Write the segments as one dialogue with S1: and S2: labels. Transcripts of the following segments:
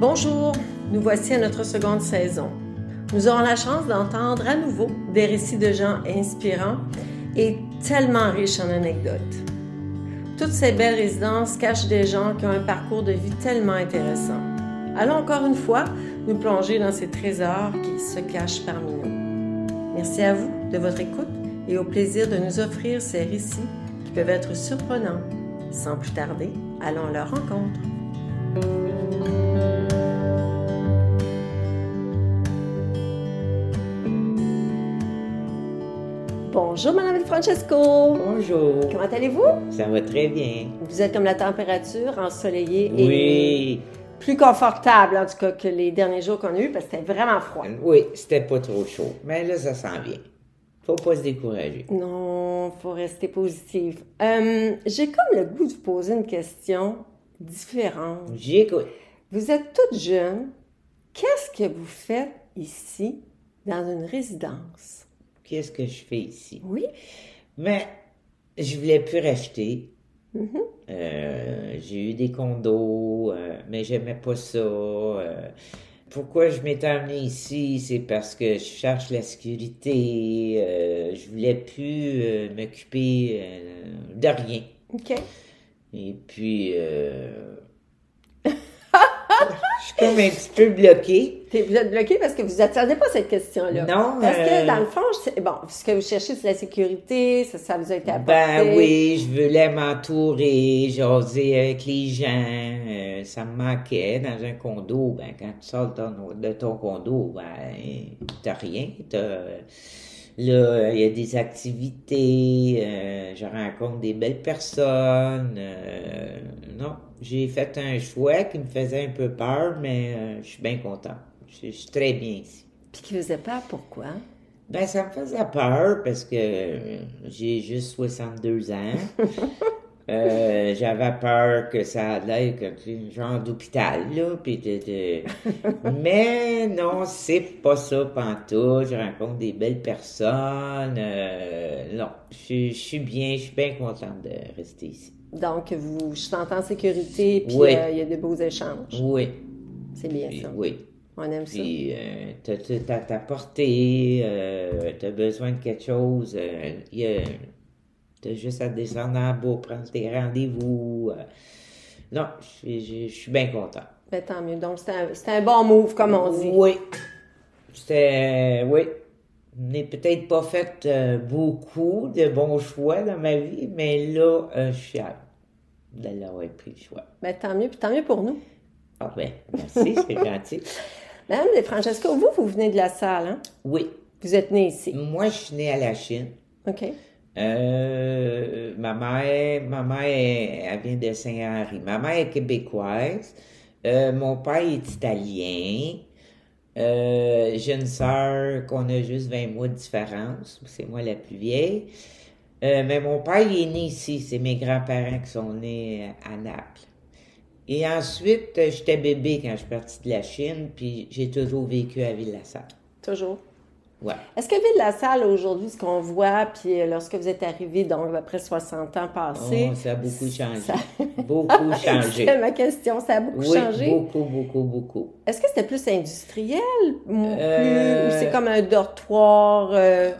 S1: Bonjour, nous voici à notre seconde saison. Nous aurons la chance d'entendre à nouveau des récits de gens inspirants et tellement riches en anecdotes. Toutes ces belles résidences cachent des gens qui ont un parcours de vie tellement intéressant. Allons encore une fois nous plonger dans ces trésors qui se cachent parmi nous. Merci à vous de votre écoute et au plaisir de nous offrir ces récits qui peuvent être surprenants. Sans plus tarder, allons à leur rencontre. Bonjour, Madame Francesco.
S2: Bonjour.
S1: Comment allez-vous?
S2: Ça va très bien.
S1: Vous êtes comme la température, ensoleillée et
S2: Oui.
S1: plus confortable en tout cas que les derniers jours qu'on a eus parce que c'était vraiment froid.
S2: Oui, c'était pas trop chaud. Mais là, ça s'en vient. Faut pas se décourager.
S1: Non, faut rester positive. Euh, J'ai comme le goût de vous poser une question différente.
S2: J'écoute.
S1: Vous êtes toutes jeunes. Qu'est-ce que vous faites ici dans une résidence?
S2: Qu'est-ce que je fais ici?
S1: Oui.
S2: Mais je voulais plus racheter.
S1: Mhm.
S2: Euh, j'ai eu des condos, euh, mais j'aimais pas ça. euh. pourquoi je m'étais amenée ici? C'est parce que je cherche la sécurité. euh, je voulais plus euh, m'occuper euh, de rien.
S1: OK.
S2: Et puis, euh... je suis comme un petit peu bloqué.
S1: T'es- Vous êtes bloqué parce que vous n'attendez pas cette question-là.
S2: Non,
S1: Parce que
S2: euh,
S1: dans le fond, je sais- bon, ce que vous cherchez, c'est la sécurité, ça, ça vous a été apporté.
S2: Ben oui, je voulais m'entourer, jaser avec les gens. euh, ça me manquait dans un condo. Ben, quand tu sors de ton, de ton condo, ben, t'as rien. T'as... Là, il y a des activités, euh, je rencontre des belles personnes. euh, non, j'ai fait un choix qui me faisait un peu peur, mais euh, je suis bien content. Je je suis très bien ici.
S1: Puis qui vous a peur, pourquoi?
S2: Ben, ça me faisait peur parce que euh, j'ai juste 62 ans. Euh, j'avais peur que ça allait comme un genre d'hôpital, là, puis de, de- Mais non, c'est pas ça pantoute. Je rencontre des belles personnes. euh, non, je, je suis bien, je suis bien contente de rester ici.
S1: Donc, vous, je suis en sécurité, puis
S2: Oui.
S1: euh, il y a de beaux échanges.
S2: Oui,
S1: C'est bien
S2: puis-
S1: ça.
S2: oui.
S1: On aime ça.
S2: Puis, euh, t'as tout à ta portée, euh, t'as besoin de quelque chose, euh, y a- t'as juste à descendre en bas, prendre tes rendez-vous. euh. Non, je je- je suis bien content.
S1: Ben, tant mieux. Donc, c'est un, c'est un bon move, comme on dit.
S2: Oui. C'était. Oui. Je n'ai peut-être pas fait euh, beaucoup de bons choix dans ma vie, mais là, euh, je suis fier d'avoir pris le choix.
S1: Ben, tant mieux, puis tant mieux pour nous.
S2: Ah ben, merci, c'est gentil.
S1: Madame de Francesco, vous, vous venez de la salle, hein?
S2: Oui.
S1: Vous êtes née ici.
S2: Moi, je suis né à la Chine.
S1: OK.
S2: Euh, ma mère, ma mère, elle vient de Saint-Henri. Ma mère est québécoise. Euh, mon père est italien. Euh, j'ai une sœur qu'on a juste 20 mois de différence. C'est moi la plus vieille. Euh, mais mon père, il est né ici. C'est mes grands-parents qui sont nés à Naples. Et ensuite, euh, j'étais bébé quand je suis partie de la Chine, puis j'ai toujours vécu à Ville-la-Salle.
S1: Toujours.
S2: Ouais.
S1: Est-ce que Ville de la Salle, aujourd'hui, ce qu'on voit, puis euh, lorsque vous êtes arrivé, donc après 60 ans passés.
S2: Oh, ça a beaucoup changé.
S1: ça-
S2: Ah, Beaucoup changé.
S1: C'était ma question, ça a beaucoup
S2: Oui,
S1: changé.
S2: beaucoup, beaucoup, beaucoup.
S1: Est-ce que c'était plus industriel ou, plus,
S2: Euh,
S1: ou c'est comme un dortoir? euh,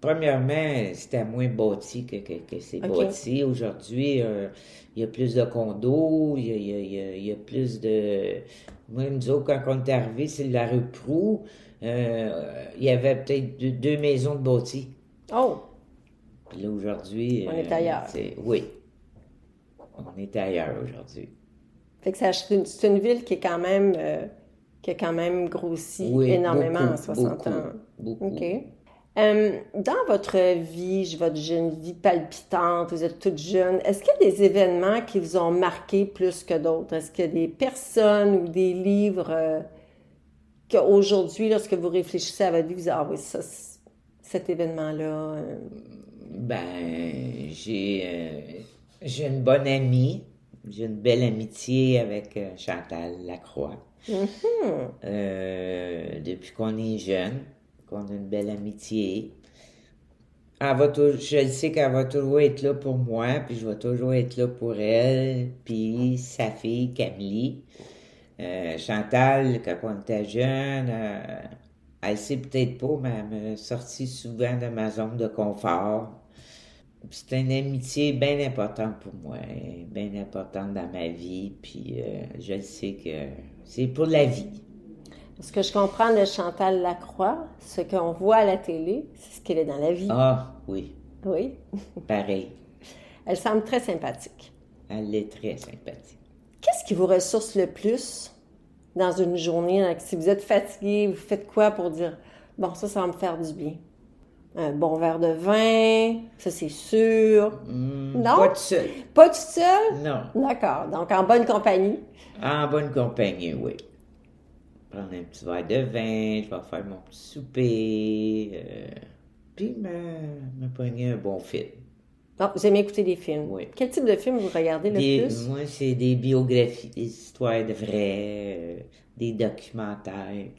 S2: Premièrement, c'était moins bâti que, que, que c'est
S1: Ok.
S2: bâti. Aujourd'hui, euh, il y a plus de condos, il y a, il y a- il y a- il y a plus de... Moi, nous autres, quand on est arrivé, c'est la rue Proux, euh, il y avait peut-être deux, deux maisons de bâti.
S1: Oh,
S2: Puis là, aujourd'hui... euh,
S1: On est ailleurs.
S2: c'est- Oui. On est ailleurs aujourd'hui.
S1: fait que ça- c'est une, c'est une ville qui est quand même, euh, qui a quand même grossi
S2: Oui,
S1: énormément
S2: beaucoup,
S1: en 60
S2: beaucoup,
S1: ans.
S2: Beaucoup.
S1: OK. Euh, dans votre vie, je- votre jeune vie palpitante, vous êtes toute jeune, est-ce qu'il y a des événements qui vous ont marqué plus que d'autres? Est-ce qu'il y a des personnes ou des livres euh, qu'aujourd'hui, lorsque vous réfléchissez à votre vie, vous dites, ah oui, ça, c- cet événement-là, euh,
S2: Ben, j'ai euh, j'ai une bonne amie, j'ai une belle amitié avec euh, Chantal Lacroix.
S1: Mhm.
S2: Euh, depuis qu'on est jeune, qu'on a une belle amitié. Elle va tou- je le sais qu'elle va toujours être là pour moi, puis je vais toujours être là pour elle, puis sa fille Camille. Euh, Chantal, quand on était jeune, euh, elle sait peut-être pas, mais elle me sortit souvent de ma zone de confort. C'est une amitié bien importante pour moi, bien importante dans ma vie, puis euh, je le sais que c'est pour la vie.
S1: Ce que je comprends de Chantal Lacroix, ce qu'on voit à la télé, c'est ce qu'elle est dans la vie.
S2: Ah oui,
S1: Oui.
S2: pareil.
S1: Elle semble très sympathique.
S2: Elle est très sympathique.
S1: Qu'est-ce qui vous ressource le plus dans une journée? Donc, si vous êtes fatigué, vous faites quoi pour dire Bon, ça, ça va me faire du bien? Un bon verre de vin, ça c'est sûr.
S2: Hmm,
S1: Non?
S2: Pas de seul.
S1: Pas tout seul?
S2: Non.
S1: D'accord. Donc, en bonne compagnie.
S2: En bonne compagnie, oui. Prendre un petit verre de vin, je vais faire mon petit souper, euh, puis me, me pogner un bon film.
S1: Bon, vous aimez écouter des films.
S2: Oui.
S1: Quel type de film vous regardez le
S2: Des-
S1: plus?
S2: moi, c'est des biographies, des histoires de vraies, euh, des documentaires,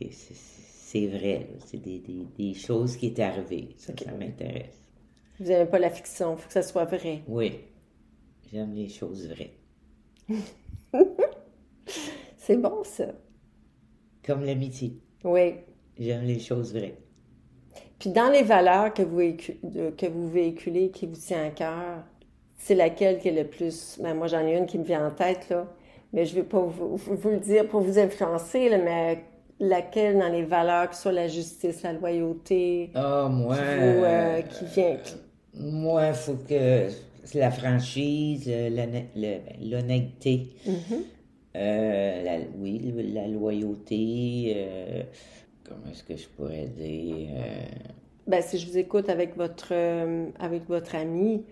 S2: que c'est- c'est vrai, là. c'est des, des- des choses qui est arrivées, ça, ça m'intéresse.
S1: Vous n'aimez pas la fiction, il faut que ça soit vrai.
S2: Oui, j'aime les choses vraies,
S1: C'est bon, ça.
S2: comme l'amitié,
S1: Oui.
S2: j'aime les choses vraies.
S1: Puis dans les valeurs que vous, véhicu- de- que vous véhiculez, qui vous tient à cœur, c'est laquelle qui est le plus... Ben, moi, j'en ai une qui me vient en tête, là. Mais je ne vais pas vous, vous- vous le dire pour vous influencer, là, mais laquelle dans les valeurs, que ce soit la justice, la loyauté,
S2: Ah, moi...
S1: qui, vous, euh, qui vient... qui-
S2: Moi, il faut que c'est la franchise, euh, l'honn- le- ben, l'honnêteté,
S1: Mhm.
S2: euh, la- oui, le- la loyauté, euh, comment est-ce que je pourrais dire? euh,
S1: Ben, si je vous écoute avec votre, euh, avec votre ami,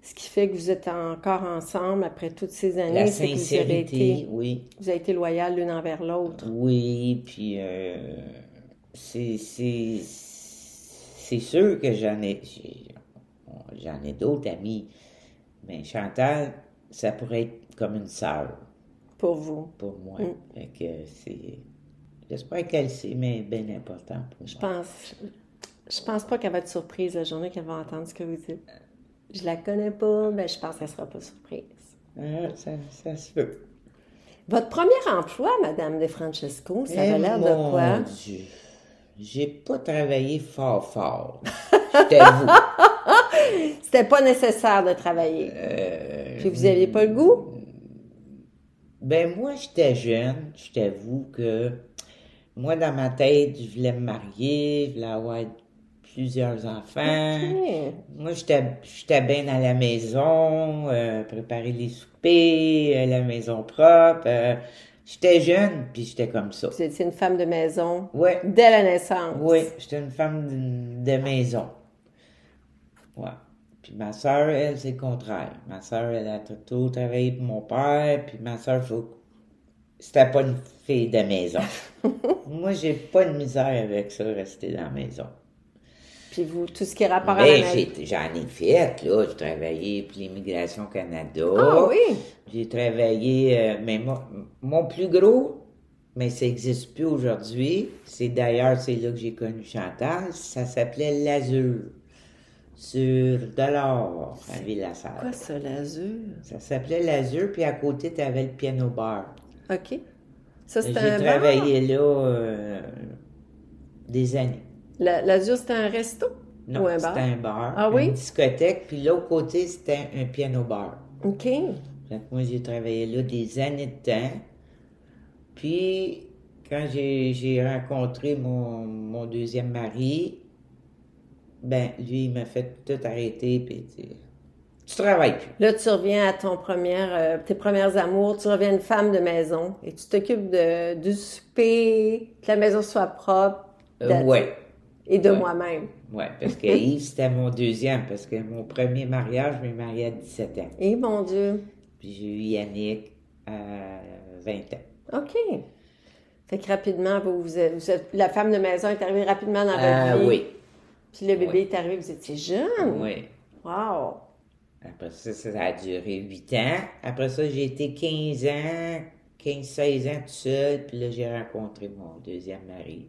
S1: ce qui fait que vous êtes encore ensemble après toutes ces
S2: la
S1: années, c'est que vous avez
S2: sincérité,
S1: été,
S2: oui,
S1: vous avez été loyal l'une envers l'autre.
S2: oui, puis euh, c'est c'est- c'est sûr que j'en ai, j'ai- j'en ai d'autres amis, mais Chantal, ça pourrait être comme une sœur.
S1: Pour vous.
S2: pour moi.
S1: Mm.
S2: Fait que c'est. J'espère qu'elle sait, mais bien important pour
S1: Je
S2: moi.
S1: pense, je pense pas qu'elle va être surprise la journée qu'elle va entendre ce que vous dites. Je la connais pas, mais je pense qu'elle sera pas surprise.
S2: Ah, ça, ça se peut.
S1: Votre premier emploi, Madame De Francesco, ça avait
S2: Eh,
S1: l'air
S2: mon
S1: de quoi?
S2: Dieu. J'ai pas travaillé fort, fort. Je t'avoue.
S1: C'était pas nécessaire de travailler.
S2: Euh,
S1: Puis vous aviez pas le goût?
S2: ben, moi, j'étais jeune. Je t'avoue que. Moi, dans ma tête, je voulais me marier, je voulais avoir plusieurs enfants.
S1: Hmm.
S2: Moi, j'étais j'étais bien à la maison, euh, préparer les soupers, euh, la maison propre. euh, j'étais jeune, puis j'étais comme ça.
S1: Vous étiez une femme de maison
S2: Ouais,
S1: dès la naissance.
S2: ouais, j'étais une femme d'une- de maison. Ouais. Puis ma sœur, elle, c'est le contraire. Ma sœur, elle a tout, tout travaillé pour mon père, puis ma sœur, faut... c'était pas une fille de maison. Moi, j'ai pas de misère avec ça, rester dans la maison.
S1: Puis vous, tout ce qui est rapport à
S2: Ben,
S1: la maison.
S2: j'ai- j'en ai fait, là. J'ai travaillé pour l'Immigration Canada.
S1: Ah oui!
S2: J'ai travaillé, euh, mais moi- mon plus gros, mais ça n'existe plus aujourd'hui. C'est d'ailleurs, c'est là que j'ai connu Chantal. Ça s'appelait l'Azur. Sur Delors, à Ville-la-Salle.
S1: Quoi ça, l'azur?
S2: Ça s'appelait l'Azur, puis à côté, tu avais le piano bar.
S1: OK. Ça,
S2: J'ai
S1: c'était un bar?
S2: travaillé là euh, des années.
S1: La- L'azur, c'était un resto?
S2: Non,
S1: Ou un bar?
S2: c'était un bar,
S1: Ah oui?
S2: une discothèque, puis l'autre côté, c'était un piano bar.
S1: OK.
S2: Fait que moi, j'ai travaillé là des années de temps. Puis, quand j'ai j'ai rencontré mon, mon deuxième mari, ben, lui, il m'a fait tout arrêter, puis tu, tu travailles plus.
S1: Là, tu reviens à ton première, euh, tes premières amours, tu reviens une femme de maison et tu t'occupes de, du souper, que la maison soit propre
S2: Euh,
S1: That's-
S2: ouais,
S1: et de
S2: Ouais.
S1: moi-même.
S2: ouais, parce que Yves, c'était mon deuxième, parce que mon premier mariage, je m'ai marié à 17 ans.
S1: Et Eh, mon Dieu.
S2: Puis j'ai eu Yannick à 20 ans.
S1: OK. Fait que rapidement, vous, vous êtes, vous êtes- la femme de maison est arrivée rapidement dans
S2: Ah
S1: votre vie.
S2: oui,
S1: Puis le bébé
S2: Oui.
S1: est arrivé, vous étiez jeune.
S2: oui.
S1: Wow.
S2: Après ça, ça a duré 8 ans. Après ça, j'ai été 15 ans, 15-16 ans tout seul. Puis là, j'ai rencontré mon deuxième mari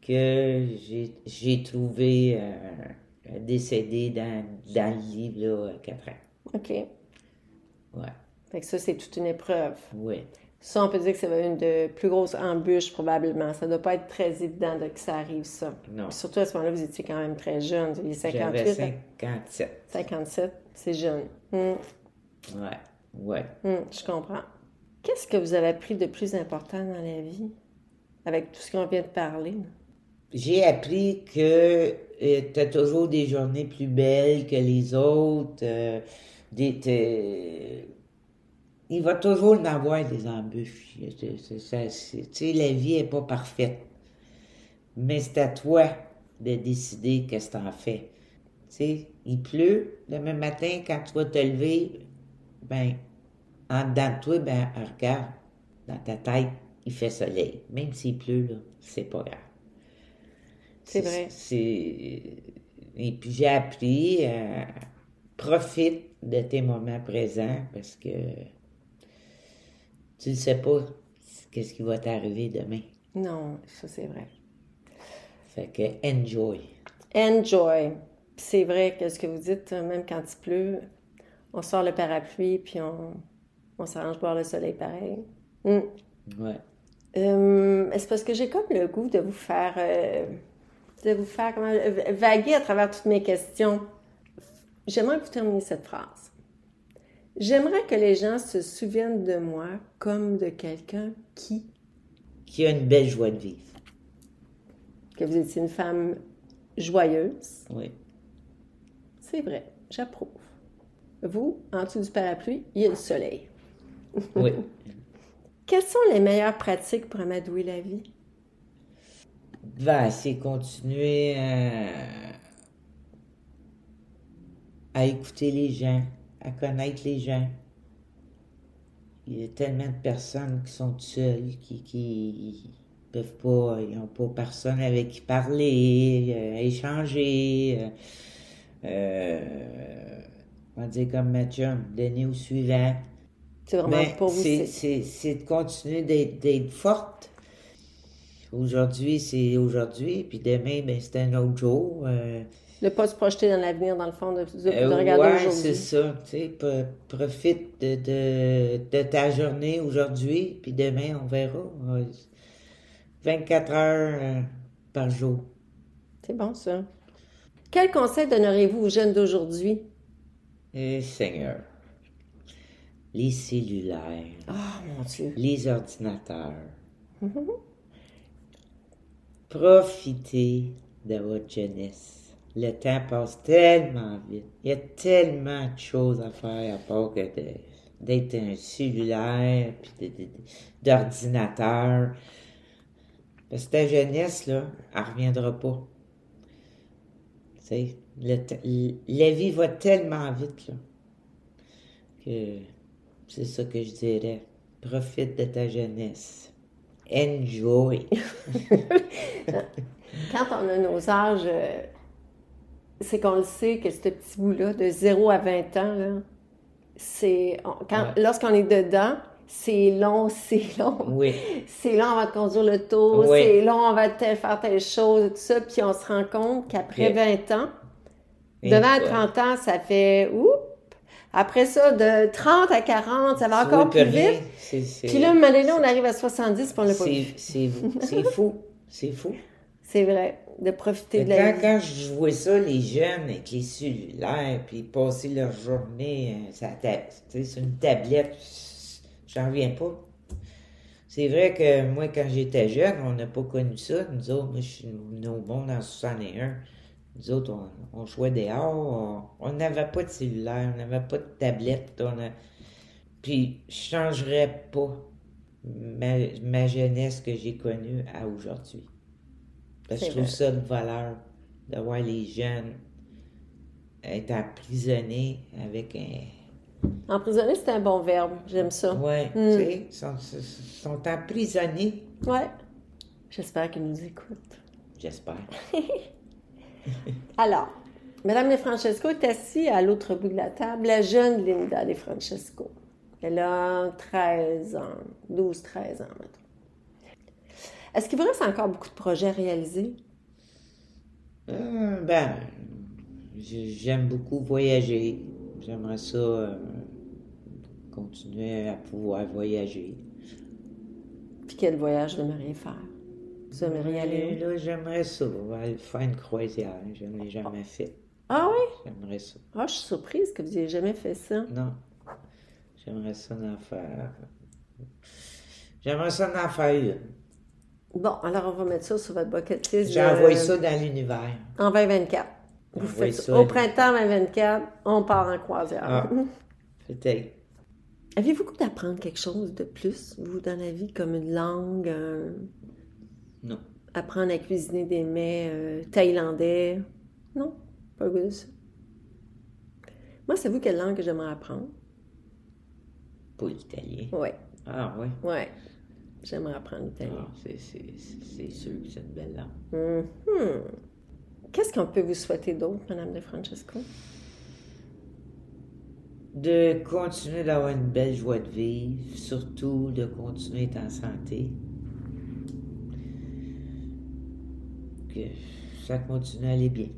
S2: que j'ai- j'ai trouvé euh, décédé dans, dans le lit, là, à 4 ans.
S1: OK.
S2: Ouais,
S1: Fait que ça, c'est toute une épreuve.
S2: ouais.
S1: Ça, on peut dire que c'est une de plus grosses embûches, probablement. Ça ne doit pas être très évident de que ça arrive, ça.
S2: Non.
S1: Puis surtout à ce moment-là, vous étiez quand même très jeune. Vous aviez 58.
S2: J'avais 57.
S1: 57, c'est jeune. Hum,
S2: Ouais, ouais.
S1: hum, je comprends. Qu'est-ce que vous avez appris de plus important dans la vie avec tout ce qu'on vient de parler? là?
S2: J'ai appris que tu as toujours des journées plus belles que les autres. euh, des- t'es- Il va toujours en avoir des embûches. C'est- c'est- ça, c'est- Tu sais, la vie est pas parfaite. Mais c'est à toi de décider qu'est-ce que t'en fais. Tu sais, il pleut, demain matin, quand tu vas te lever, ben, en dedans de toi, ben, regarde, dans ta tête, il fait soleil. Même s'il pleut, là, c'est pas grave.
S1: C'est vrai.
S2: C'est- euh, Et puis j'ai appris à profite de tes moments présents parce que tu ne sais pas qu'est-ce qui va t'arriver demain.
S1: Non, ça c'est vrai.
S2: Fait que enjoy.
S1: Enjoy. Puis C'est vrai que ce que vous dites, euh, même quand il pleut, on sort le parapluie puis on, on s'arrange pour voir le soleil pareil. Hum.
S2: Ouais.
S1: Euh, c'est parce que j'ai comme le goût de vous faire, euh, de vous faire comment, euh, vaguer à travers toutes mes questions. J'aimerais que vous terminiez cette phrase. J'aimerais que les gens se souviennent de moi comme de quelqu'un qui,
S2: Qui a une belle joie de vivre.
S1: que vous étiez une femme joyeuse.
S2: Oui.
S1: C'est vrai, j'approuve. Vous, en dessous du parapluie, il y a le soleil.
S2: Oui.
S1: Quelles sont les meilleures pratiques pour amadouer la vie?
S2: Ben, c'est continuer à... à écouter les gens, à connaître les gens. Il y a tellement de personnes qui sont seules, qui, qui peuvent pas, ils n'ont pas personne avec qui parler, euh, échanger. euh, euh, on va dire comme ma chum, donner au suivant.
S1: C'est vraiment
S2: Ben,
S1: pour vous.
S2: c'est-
S1: c'est-
S2: C'est c'est de continuer d'être- d'être forte. Aujourd'hui, c'est aujourd'hui, puis demain, ben, c'est un autre jour. euh,
S1: De ne pas se projeter dans l'avenir, dans le fond, de, de- de
S2: euh,
S1: regarder
S2: ouais,
S1: aujourd'hui.
S2: c'est ça. tu sais, pro- profite de, de- de ta journée aujourd'hui, puis demain, on verra. Euh, 24 heures euh, par jour.
S1: C'est bon, ça. Quel conseil donneriez-vous aux jeunes d'aujourd'hui?
S2: Eh, Seigneur. Les cellulaires,
S1: Oh, mon Dieu.
S2: les ordinateurs. Profitez de votre jeunesse. Le temps passe tellement vite. Il y a tellement de choses à faire à part que de- d'être un cellulaire puis de- de- de- d'ordinateur. Parce que ta jeunesse, là, elle reviendra pas. Tu sais, le te- l- la vie va tellement vite, là, que c'est ça que je dirais. Profite de ta jeunesse. Enjoy.
S1: Quand on a nos âges, euh, c'est qu'on le sait que ce petit bout-là, de 0 à 20 ans, là, c'est... on- quand-
S2: Ouais.
S1: Lorsqu'on est dedans, c'est long, c'est long.
S2: Oui.
S1: C'est long, on va te conduire le tour,
S2: Oui.
S1: c'est long, on va te faire telle chose, et tout ça. Puis on se rend compte qu'après
S2: Ok.
S1: 20 ans, Devant à
S2: Et-
S1: 30 ans, ça fait oup. Après ça, de 30 à 40, ça va
S2: Tu
S1: encore
S2: veux
S1: plus
S2: que rien.
S1: vite.
S2: C'est- c'est-
S1: Puis là, à un moment donné, on arrive à 70 puis on l'a pas
S2: c'est-
S1: vu.
S2: c'est c'est fou. C'est fou.
S1: C'est vrai, de profiter de la
S2: Quand,
S1: vie.
S2: quand je vois ça, les jeunes avec les cellulaires, puis passer leur journée euh, sur, la ta- tu sais, sur une tablette, j'en reviens pas. C'est vrai que moi, quand j'étais jeune, on n'a pas connu ça. Nous autres, moi, je suis venu au monde en 61. Nous autres, on, on jouait dehors. On on n'avait pas de cellulaire, on n'avait pas de tablette. On a... Puis, je changerais pas ma, ma jeunesse que j'ai connue à aujourd'hui. Parce que
S1: C'est
S2: je trouve
S1: vrai.
S2: ça de valeur de voir les jeunes être emprisonnés avec un.
S1: Emprisonner, c'est un bon verbe. J'aime ça.
S2: Ouais,
S1: Mm.
S2: tu sais, ils sont, sont emprisonnés,
S1: Ouais. J'espère qu'ils nous écoutent.
S2: j'espère.
S1: Alors, Madame De Francesco est assise à l'autre bout de la table, la jeune Linda De Francesco. Elle a 13 ans, 12, 13 ans, maintenant. Est-ce qu'il vous reste encore beaucoup de projets à réaliser?
S2: Hum, ben, j'ai- j'aime beaucoup voyager. J'aimerais ça euh, continuer à pouvoir voyager.
S1: quel voyage vous aimeriez faire? Vous aimeriez
S2: Et
S1: aller où?
S2: là, j'aimerais ça, aller faire une croisière. Je ne l'ai jamais fait.
S1: Ah oui?
S2: J'aimerais ça.
S1: Ah, je suis surprise que vous n'ayez jamais fait ça.
S2: Non. J'aimerais ça en faire. J'aimerais ça en faire une.
S1: Bon, alors on va mettre ça sur votre bucket list. de-
S2: J'envoie ça dans l'univers.
S1: En 2024. Vous
S2: J'envoie
S1: faites
S2: ça.
S1: ça. Au printemps 2024, on part en croisière.
S2: Ah. Peut-être.
S1: Avez-vous goût d'apprendre quelque chose de plus, vous, dans la vie, comme une langue, un-
S2: Non.
S1: apprendre à cuisiner des mets euh, thaïlandais? Non, pas le goût de ça. Moi, c'est vous quelle langue que j'aimerais apprendre?
S2: Pas l'italien.
S1: Oui,
S2: Ah oui.
S1: oui. J'aimerais apprendre l'italien.
S2: Ah, c'est- c'est c'est sûr que c'est une belle langue.
S1: Mhm. Qu'est-ce qu'on peut vous souhaiter d'autre, Madame De Francesco?
S2: De continuer d'avoir une belle joie de vivre, surtout de continuer d'être en santé. Que ça continue à aller bien.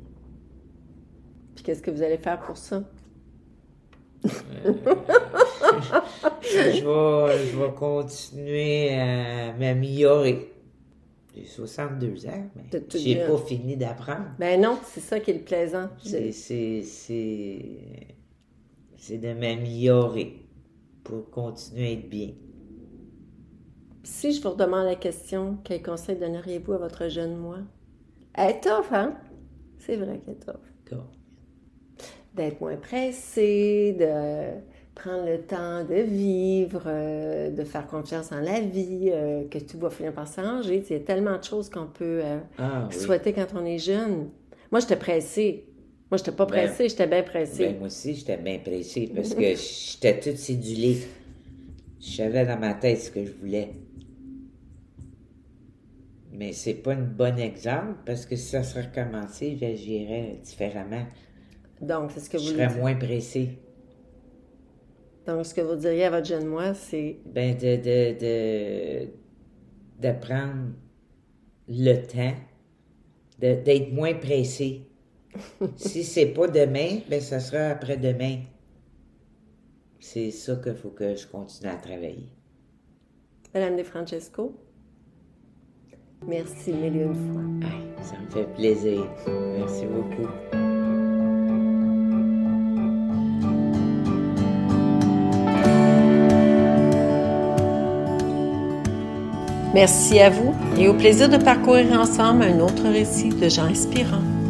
S1: Puis qu'est-ce que vous allez faire pour ça?
S2: je, vais, je vais continuer à m'améliorer. J'ai 62 ans, mais
S1: T'es toute
S2: j'ai
S1: jeune.
S2: pas fini d'apprendre.
S1: Ben non, c'est ça qui est le plaisant.
S2: C'est- C'est c'est- c'est de m'améliorer pour continuer à être bien.
S1: Si je vous redemande la question, quel conseil donneriez-vous à votre jeune moi? Elle est tough, hein? C'est vrai qu'elle est tough.
S2: Donc,
S1: D'être moins pressé, de prendre le temps de vivre, euh, de faire confiance en la vie, euh, que tout va finir par s'arranger. Tu sais, Il y a tellement de choses qu'on peut euh,
S2: Ah oui.
S1: souhaiter quand on est jeune. Moi, j'étais pressée. Moi, j'étais pas
S2: Ben,
S1: pressée, j'étais bien pressée.
S2: Ben, moi aussi, j'étais bien pressée parce que j'étais toute sédulée. Je savais dans ma tête ce que je voulais. Mais c'est pas un bon exemple parce que si ça serait recommencé, j'agirais différemment.
S1: Donc, c'est ce que
S2: ben, Je
S1: vous
S2: serais moins pressée.
S1: Donc, ce que vous diriez à votre jeune moi, c'est
S2: Ben, de, de, de, de prendre le temps, de- d'être moins pressé. si c'est pas demain, ben, ça sera après-demain. C'est ça qu'il faut que je continue à travailler.
S1: Madame De Francesco. Merci mille et une fois.
S2: Ah, ça me fait plaisir. Merci beaucoup.
S1: Merci à vous et au plaisir de parcourir ensemble un autre récit de gens inspirants.